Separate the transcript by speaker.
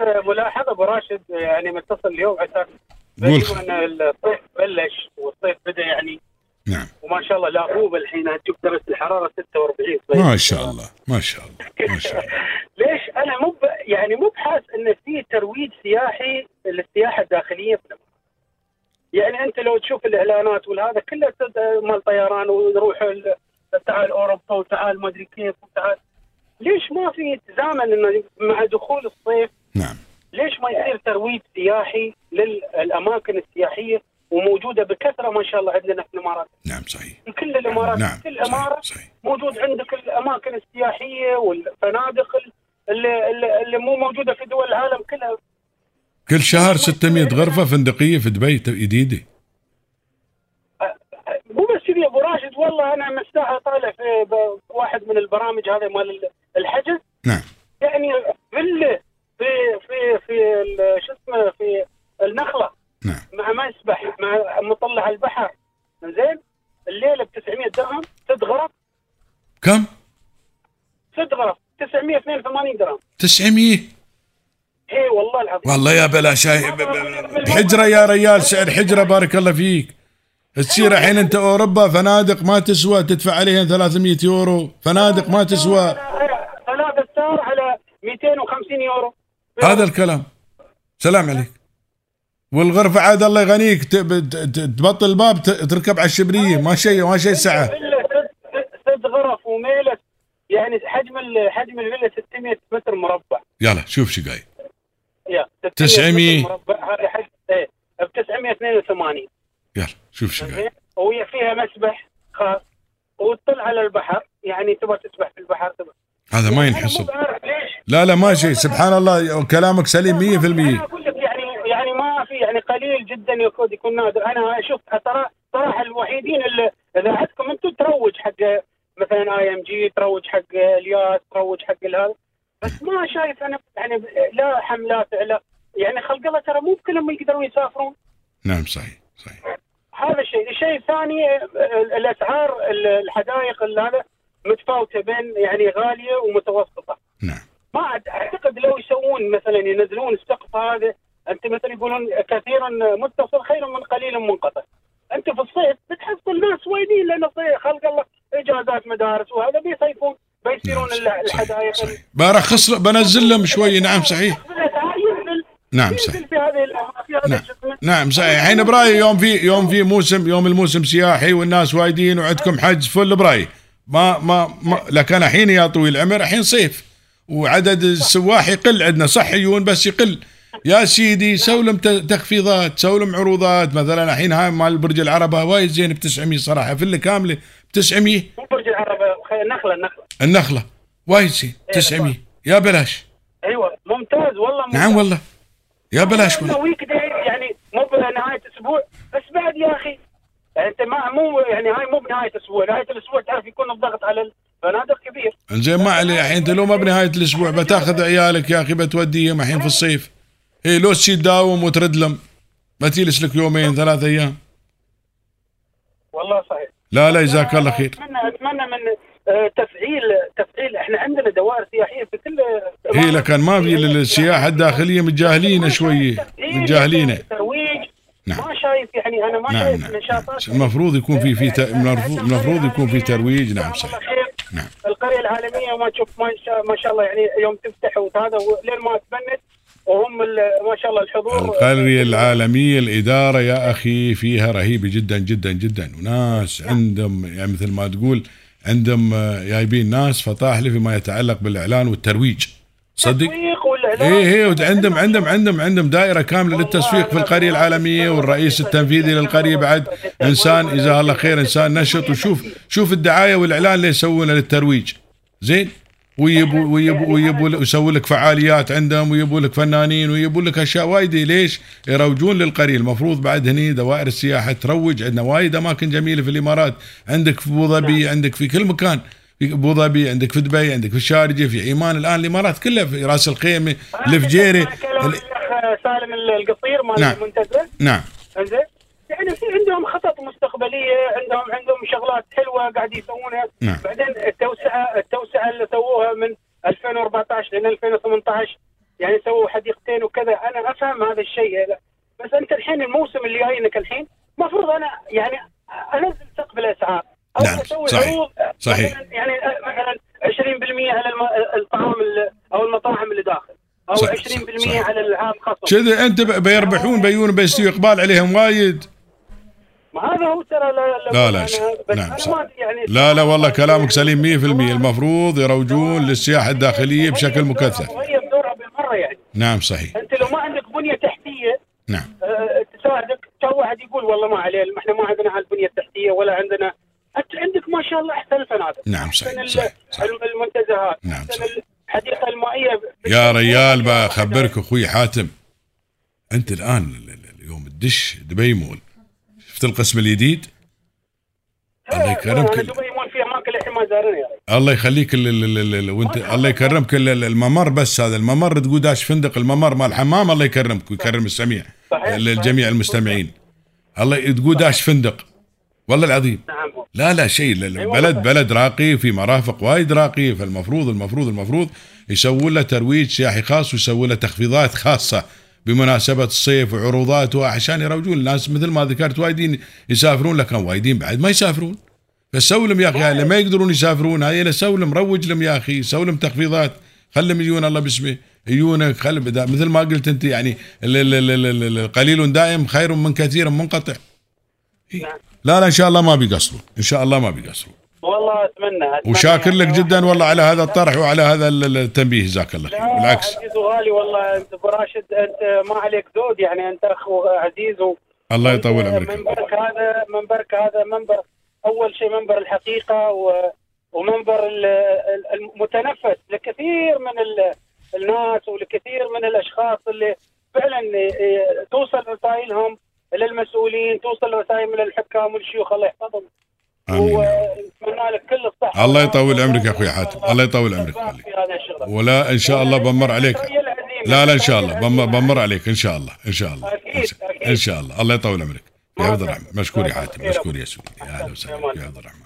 Speaker 1: ملاحظه ابو راشد يعني متصل اليوم على اساس
Speaker 2: قول.
Speaker 1: تقريباً الصيف بلش والصيف بدا يعني
Speaker 2: نعم
Speaker 1: وما شاء الله لا غوبه الحين هتشوف درجه الحراره 46
Speaker 2: ما شاء الله ما شاء الله ما شاء الله
Speaker 1: ليش انا مو ب- يعني مو بحاس ان في ترويج سياحي للسياحه الداخليه في الامارات. يعني انت لو تشوف الاعلانات والهذا كله تد- مال طيران ويروح ال- تعال اوروبا وتعال ما ادري كيف وتعال ليش ما في تزامن انه مع دخول الصيف
Speaker 2: نعم
Speaker 1: ليش ما يصير ترويج سياحي للاماكن السياحيه وموجوده بكثره ما شاء الله عندنا في الامارات
Speaker 2: نعم صحيح
Speaker 1: في كل الامارات
Speaker 2: نعم
Speaker 1: كل
Speaker 2: صحيح,
Speaker 1: الاماره
Speaker 2: صحيح.
Speaker 1: موجود عندك الاماكن السياحيه والفنادق ال- اللي, اللي, اللي مو موجوده في دول العالم كلها
Speaker 2: كل شهر 600 غرفه فندقيه في دبي ت- جديده
Speaker 1: مو بس كذي يا ابو راشد والله انا من الساعه طالع في ب- واحد من البرامج هذه مال ال- الحجز
Speaker 2: نعم
Speaker 1: يعني فيلا في في في ال- شو اسمه في النخله
Speaker 2: نعم
Speaker 1: مع مسبح مع مطلع على البحر زين الليله ب 900 درهم ست غرف
Speaker 2: كم؟
Speaker 1: ست غرف 982 درهم
Speaker 2: 900
Speaker 1: اي والله العظيم
Speaker 2: والله يا بلا شاي ب- ب- حجره يا ريال سعر حجره بارك الله فيك تصير الحين انت اوروبا فنادق ما تسوى تدفع عليها 300 يورو فنادق ما تسوى
Speaker 1: ثلاثة ستار على 250 يورو
Speaker 2: هذا الكلام سلام عليك والغرفه عاد الله يغنيك ت- ب- ت- تبطل الباب ت- تركب على الشبريه ما شيء ما شيء ساعه
Speaker 1: فيلا ست- ست- ست غرف وميله يعني حجم ال- حجم الفيلا 600 متر مربع
Speaker 2: يلا شوف شو قايل
Speaker 1: يا 600
Speaker 2: 900.
Speaker 1: متر مربع هذا حجم ايه ب 982
Speaker 2: يلا شوف شو قايل
Speaker 1: زين وهي فيها مسبح خاص وتطل على البحر يعني تبغى تسبح في البحر تبغى
Speaker 2: هذا ما
Speaker 1: انا مو
Speaker 2: ينحسب
Speaker 1: بعرف ليش
Speaker 2: لا لا ما شيء سبحان الله كلامك سليم 100%
Speaker 1: انا اقول لك يعني يعني ما في يعني قليل جدا يكون يكون نادر انا اشوف ترى صراحه الوحيدين اللي اذا عندكم انتم تروج حق مثلا اي ام جي تروج حق الياس تروج حق الهذا بس ما شايف انا يعني لا حملات لا يعني خلق الله ترى مو بكلهم يقدرون يسافرون
Speaker 2: نعم صحيح صحيح
Speaker 1: هذا الشيء، الشيء الثاني ال- الاسعار ال- الحدائق اللي هذا متفاوته بين يعني غاليه ومتوسطه.
Speaker 2: نعم
Speaker 1: ما أعت- اعتقد لو يسوون مثلا ينزلون السقف هذا انت مثلا يقولون كثيرا متصل خير من قليل منقطع. انت في الصيف بتحصل ناس وايدين لان الصيف خلق الله اجازات مدارس وهذا بيصيفون
Speaker 2: نعم
Speaker 1: بيصيرون ال-
Speaker 2: صحيح صحيح,
Speaker 1: الحدائق يعني
Speaker 2: صحيح. بارخص له- بنزل لهم شوي نعم صحيح
Speaker 1: الأسعار ينزل
Speaker 2: نعم،
Speaker 1: ينزل
Speaker 2: صحيح.
Speaker 1: في هذه ال- في هذا
Speaker 2: نعم.
Speaker 1: شو اسمه.
Speaker 2: نعم صحيح الحين براي يوم في يوم في موسم يوم الموسم سياحي والناس وايدين وعندكم حج فل براي ما ما, ما لكن الحين يا طويل العمر الحين صيف وعدد السواح يقل عندنا صحيون بس يقل يا سيدي سوي لهم ت- تخفيضات سوي لهم عروضات مثلا الحين هاي مال برج العربه وايد زين ب 900 صراحه فله كامله ب 900
Speaker 1: مو برج العرب خ- نخله نخله
Speaker 2: النخله وايد زين 900 يا بلاش
Speaker 1: ايوه ممتاز والله ممتاز.
Speaker 2: نعم والله يا بلاش والله
Speaker 1: والله ويك دايز يعني مو بنهايه اسبوع بس بعد يا اخي انت ما مو يعني هاي مو بنهايه اسبوع نهايه الاسبوع تعرف يكون الضغط على الفنادق كبير
Speaker 2: انزين ما عليه الحين انت لو ما بنهايه الاسبوع بتاخذ عيالك يا اخي بتوديهم الحين في الصيف اي لو تشي تداوم وترد لهم ما تجلس لك يومين ثلاث ايام
Speaker 1: والله صحيح
Speaker 2: لا لا جزاك الله خير
Speaker 1: اتمنى اتمنى من آه، تفعيل تفعيل احنا عندنا دوائر سياحيه في كل إيه،
Speaker 2: هي إيه، لكن ما في للسياحه الداخليه متجاهلينه شويه متجاهلينه
Speaker 1: ترويج
Speaker 2: نعم.
Speaker 1: ما شايف يعني انا ما
Speaker 2: نعم
Speaker 1: شايف
Speaker 2: نعم
Speaker 1: نشاطات
Speaker 2: المفروض يكون في في ت- المفروض- المفروض يكون في ترويج نعم
Speaker 1: جزاهم الله
Speaker 2: صحيح
Speaker 1: خير.
Speaker 2: نعم
Speaker 1: القريه العالميه ما تشوف ما شاء, ما شاء الله يعني يوم تفتح وهذا لين ما تبنت وهم ال- ما شاء الله الحضور
Speaker 2: القرية العالمية الإدارة يا أخي فيها رهيبة جدا جدا جدا وناس عندهم يعني مثل ما تقول عندهم آه، جايبين ناس فطاحلة فيما يتعلق بالإعلان والترويج صدق
Speaker 1: التسويق والاعلام
Speaker 2: ايه ايه وت- عندهم عندهم عندهم عندهم دائره كامله للتسويق في القريه العالميه والرئيس التنفيذي للقريه بعد انسان جزاه الله خير انسان نشط وشوف شوف الدعايه والاعلان اللي يسوونه للترويج زين ويبوا ويبوا ويبوا يسووا لك فعاليات عندهم ويبوا لك فنانين ويبوا لك اشياء وايد ليش؟ يروجون للقريه المفروض بعد هني دوائر السياحه تروج عندنا وايد اماكن جميله في الامارات عندك في ابو ظبي عندك في كل مكان في ابو ظبي عندك في دبي عندك في الشارجه في عمان الان الامارات كلها في راس الخيمه الفجيري
Speaker 1: كلام
Speaker 2: ال-
Speaker 1: الأخ سالم القصير مال
Speaker 2: نعم.
Speaker 1: المنتزه
Speaker 2: نعم
Speaker 1: انزين يعني في عندهم خطط مستقبليه عندهم عندهم شغلات حلوه قاعد يسوونها
Speaker 2: نعم.
Speaker 1: بعدين التوسعه التوسعه اللي سووها من 2014 لين 2018 يعني سووا حديقتين وكذا انا افهم هذا الشيء لا. بس انت الحين الموسم اللي جاينك الحين المفروض انا يعني انزل سقف الاسعار او
Speaker 2: نعم، صحيح،
Speaker 1: عروض،
Speaker 2: صحيح.
Speaker 1: مثلاً يعني مثلا 20% على الم- الطعام ال- او المطاعم اللي داخل او
Speaker 2: صح، صح،
Speaker 1: 20%
Speaker 2: صح.
Speaker 1: على العام خصم
Speaker 2: كذا انت ب- بيربحون بيون بيستوي اقبال عليهم وايد
Speaker 1: ما هذا هو ترى لا
Speaker 2: لا، لا
Speaker 1: أنا-
Speaker 2: شك.
Speaker 1: بس
Speaker 2: نعم،
Speaker 1: أنا
Speaker 2: صح.
Speaker 1: ما أدري يعني
Speaker 2: لا لا والله كلامك سليم 100% المفروض يروجون للسياحه
Speaker 1: يعني
Speaker 2: الداخليه بشكل مكثف
Speaker 1: وهي دورها بالمره يعني
Speaker 2: نعم صحيح
Speaker 1: انت لو ما عندك بنيه تحتيه
Speaker 2: نعم
Speaker 1: آه، تساعدك تو واحد يقول والله ما عليه احنا ما عندنا هالبنيه التحتيه ولا عندنا انت عندك ما شاء الله احسن الفنادق
Speaker 2: نعم،
Speaker 1: أحسن
Speaker 2: صحيح،
Speaker 1: ال-
Speaker 2: صحيح، صحيح.
Speaker 1: الم- المنتزهات
Speaker 2: نعم،
Speaker 1: أحسن
Speaker 2: صحيح.
Speaker 1: الحديقه المائيه ب-
Speaker 2: يا ريال بخبرك اخوي حاتم انت الان ال- ال- اليوم تدش دبي مول شفت القسم الجديد الله يكرمك.
Speaker 1: أنا دبي مول في اماكن الحين ما زارنا يعني
Speaker 2: الله يخليك ال ال ال ال وانت الله يكرمك ال- ال- الممر بس هذا الممر تقول داش فندق الممر مال الحمام الله يكرمك ويكرم السميع
Speaker 1: صحيح،
Speaker 2: ال- الجميع
Speaker 1: صحيح.
Speaker 2: المستمعين الله تقول داش فندق والله العظيم
Speaker 1: نعم
Speaker 2: لا لا شيء لا- لا،
Speaker 1: أيوة
Speaker 2: بلد
Speaker 1: والله.
Speaker 2: بلد راقي في مرافق وايد راقيه فالمفروض المفروض المفروض يسوون له ترويج سياحي خاص ويسوون له تخفيضات خاصه بمناسبه الصيف وعروضات وعشان يروجون الناس مثل ما ذكرت وايدين يسافرون لكن وايدين بعد ما يسافرون فسوي لهم يا اخي هاي اللي ما يقدرون يسافرون هاي اللي سوي لهم روج لهم يا اخي سوي لهم تخفيضات خلهم يجون الله باسمه يجونك خل بدا- مثل ما قلت انت يعني ال- ال- ال- ال- ال- القليل دائم خير من كثير منقطع لا لا ان شاء الله ما بيقصروا ان شاء الله ما بيقصروا
Speaker 1: والله اتمنى أتمنى
Speaker 2: وشاكر
Speaker 1: يعني
Speaker 2: لك
Speaker 1: واحد-
Speaker 2: جدا والله على هذا الطرح وعلى هذا ال- ال- التنبيه جزاك الله خير
Speaker 1: لا،
Speaker 2: بالعكس
Speaker 1: عزيز وغالي والله انت أبو راشد انت ما عليك زود يعني انت اخو عزيز و
Speaker 2: الله يطول عمرك
Speaker 1: منبرك هذا منبرك هذا منبر اول شيء منبر الحقيقه و- ومنبر ال- ال- المتنفس لكثير من ال- الناس ولكثير من الاشخاص اللي فعلا إيه، توصل رسائلهم للمسؤولين توصل رسائل من الحكام والشيوخ الله يحفظهم
Speaker 2: امين
Speaker 1: ونتمنى لك كل الصحه
Speaker 2: الله يطول عمرك يا أخوي حاتم. الله يطول عمرك.
Speaker 1: في هذا الشغل
Speaker 2: ولا ان شاء الله بمر عليك
Speaker 1: الترقية العزيمة.
Speaker 2: لا لا ان شاء الله
Speaker 1: الترقية
Speaker 2: بمر,
Speaker 1: العزيمة.
Speaker 2: بمر عليك ان شاء الله ان شاء الله
Speaker 1: أكيد،
Speaker 2: إن شاء-
Speaker 1: أكيد.
Speaker 2: ان شاء الله الله يطول عمرك يا
Speaker 1: ما
Speaker 2: عبد
Speaker 1: شاء
Speaker 2: الرحمن مشكور يا حاتم
Speaker 1: الله.
Speaker 2: مشكور يا سيدي يا اهلا وسهلا يا عبد الرحمن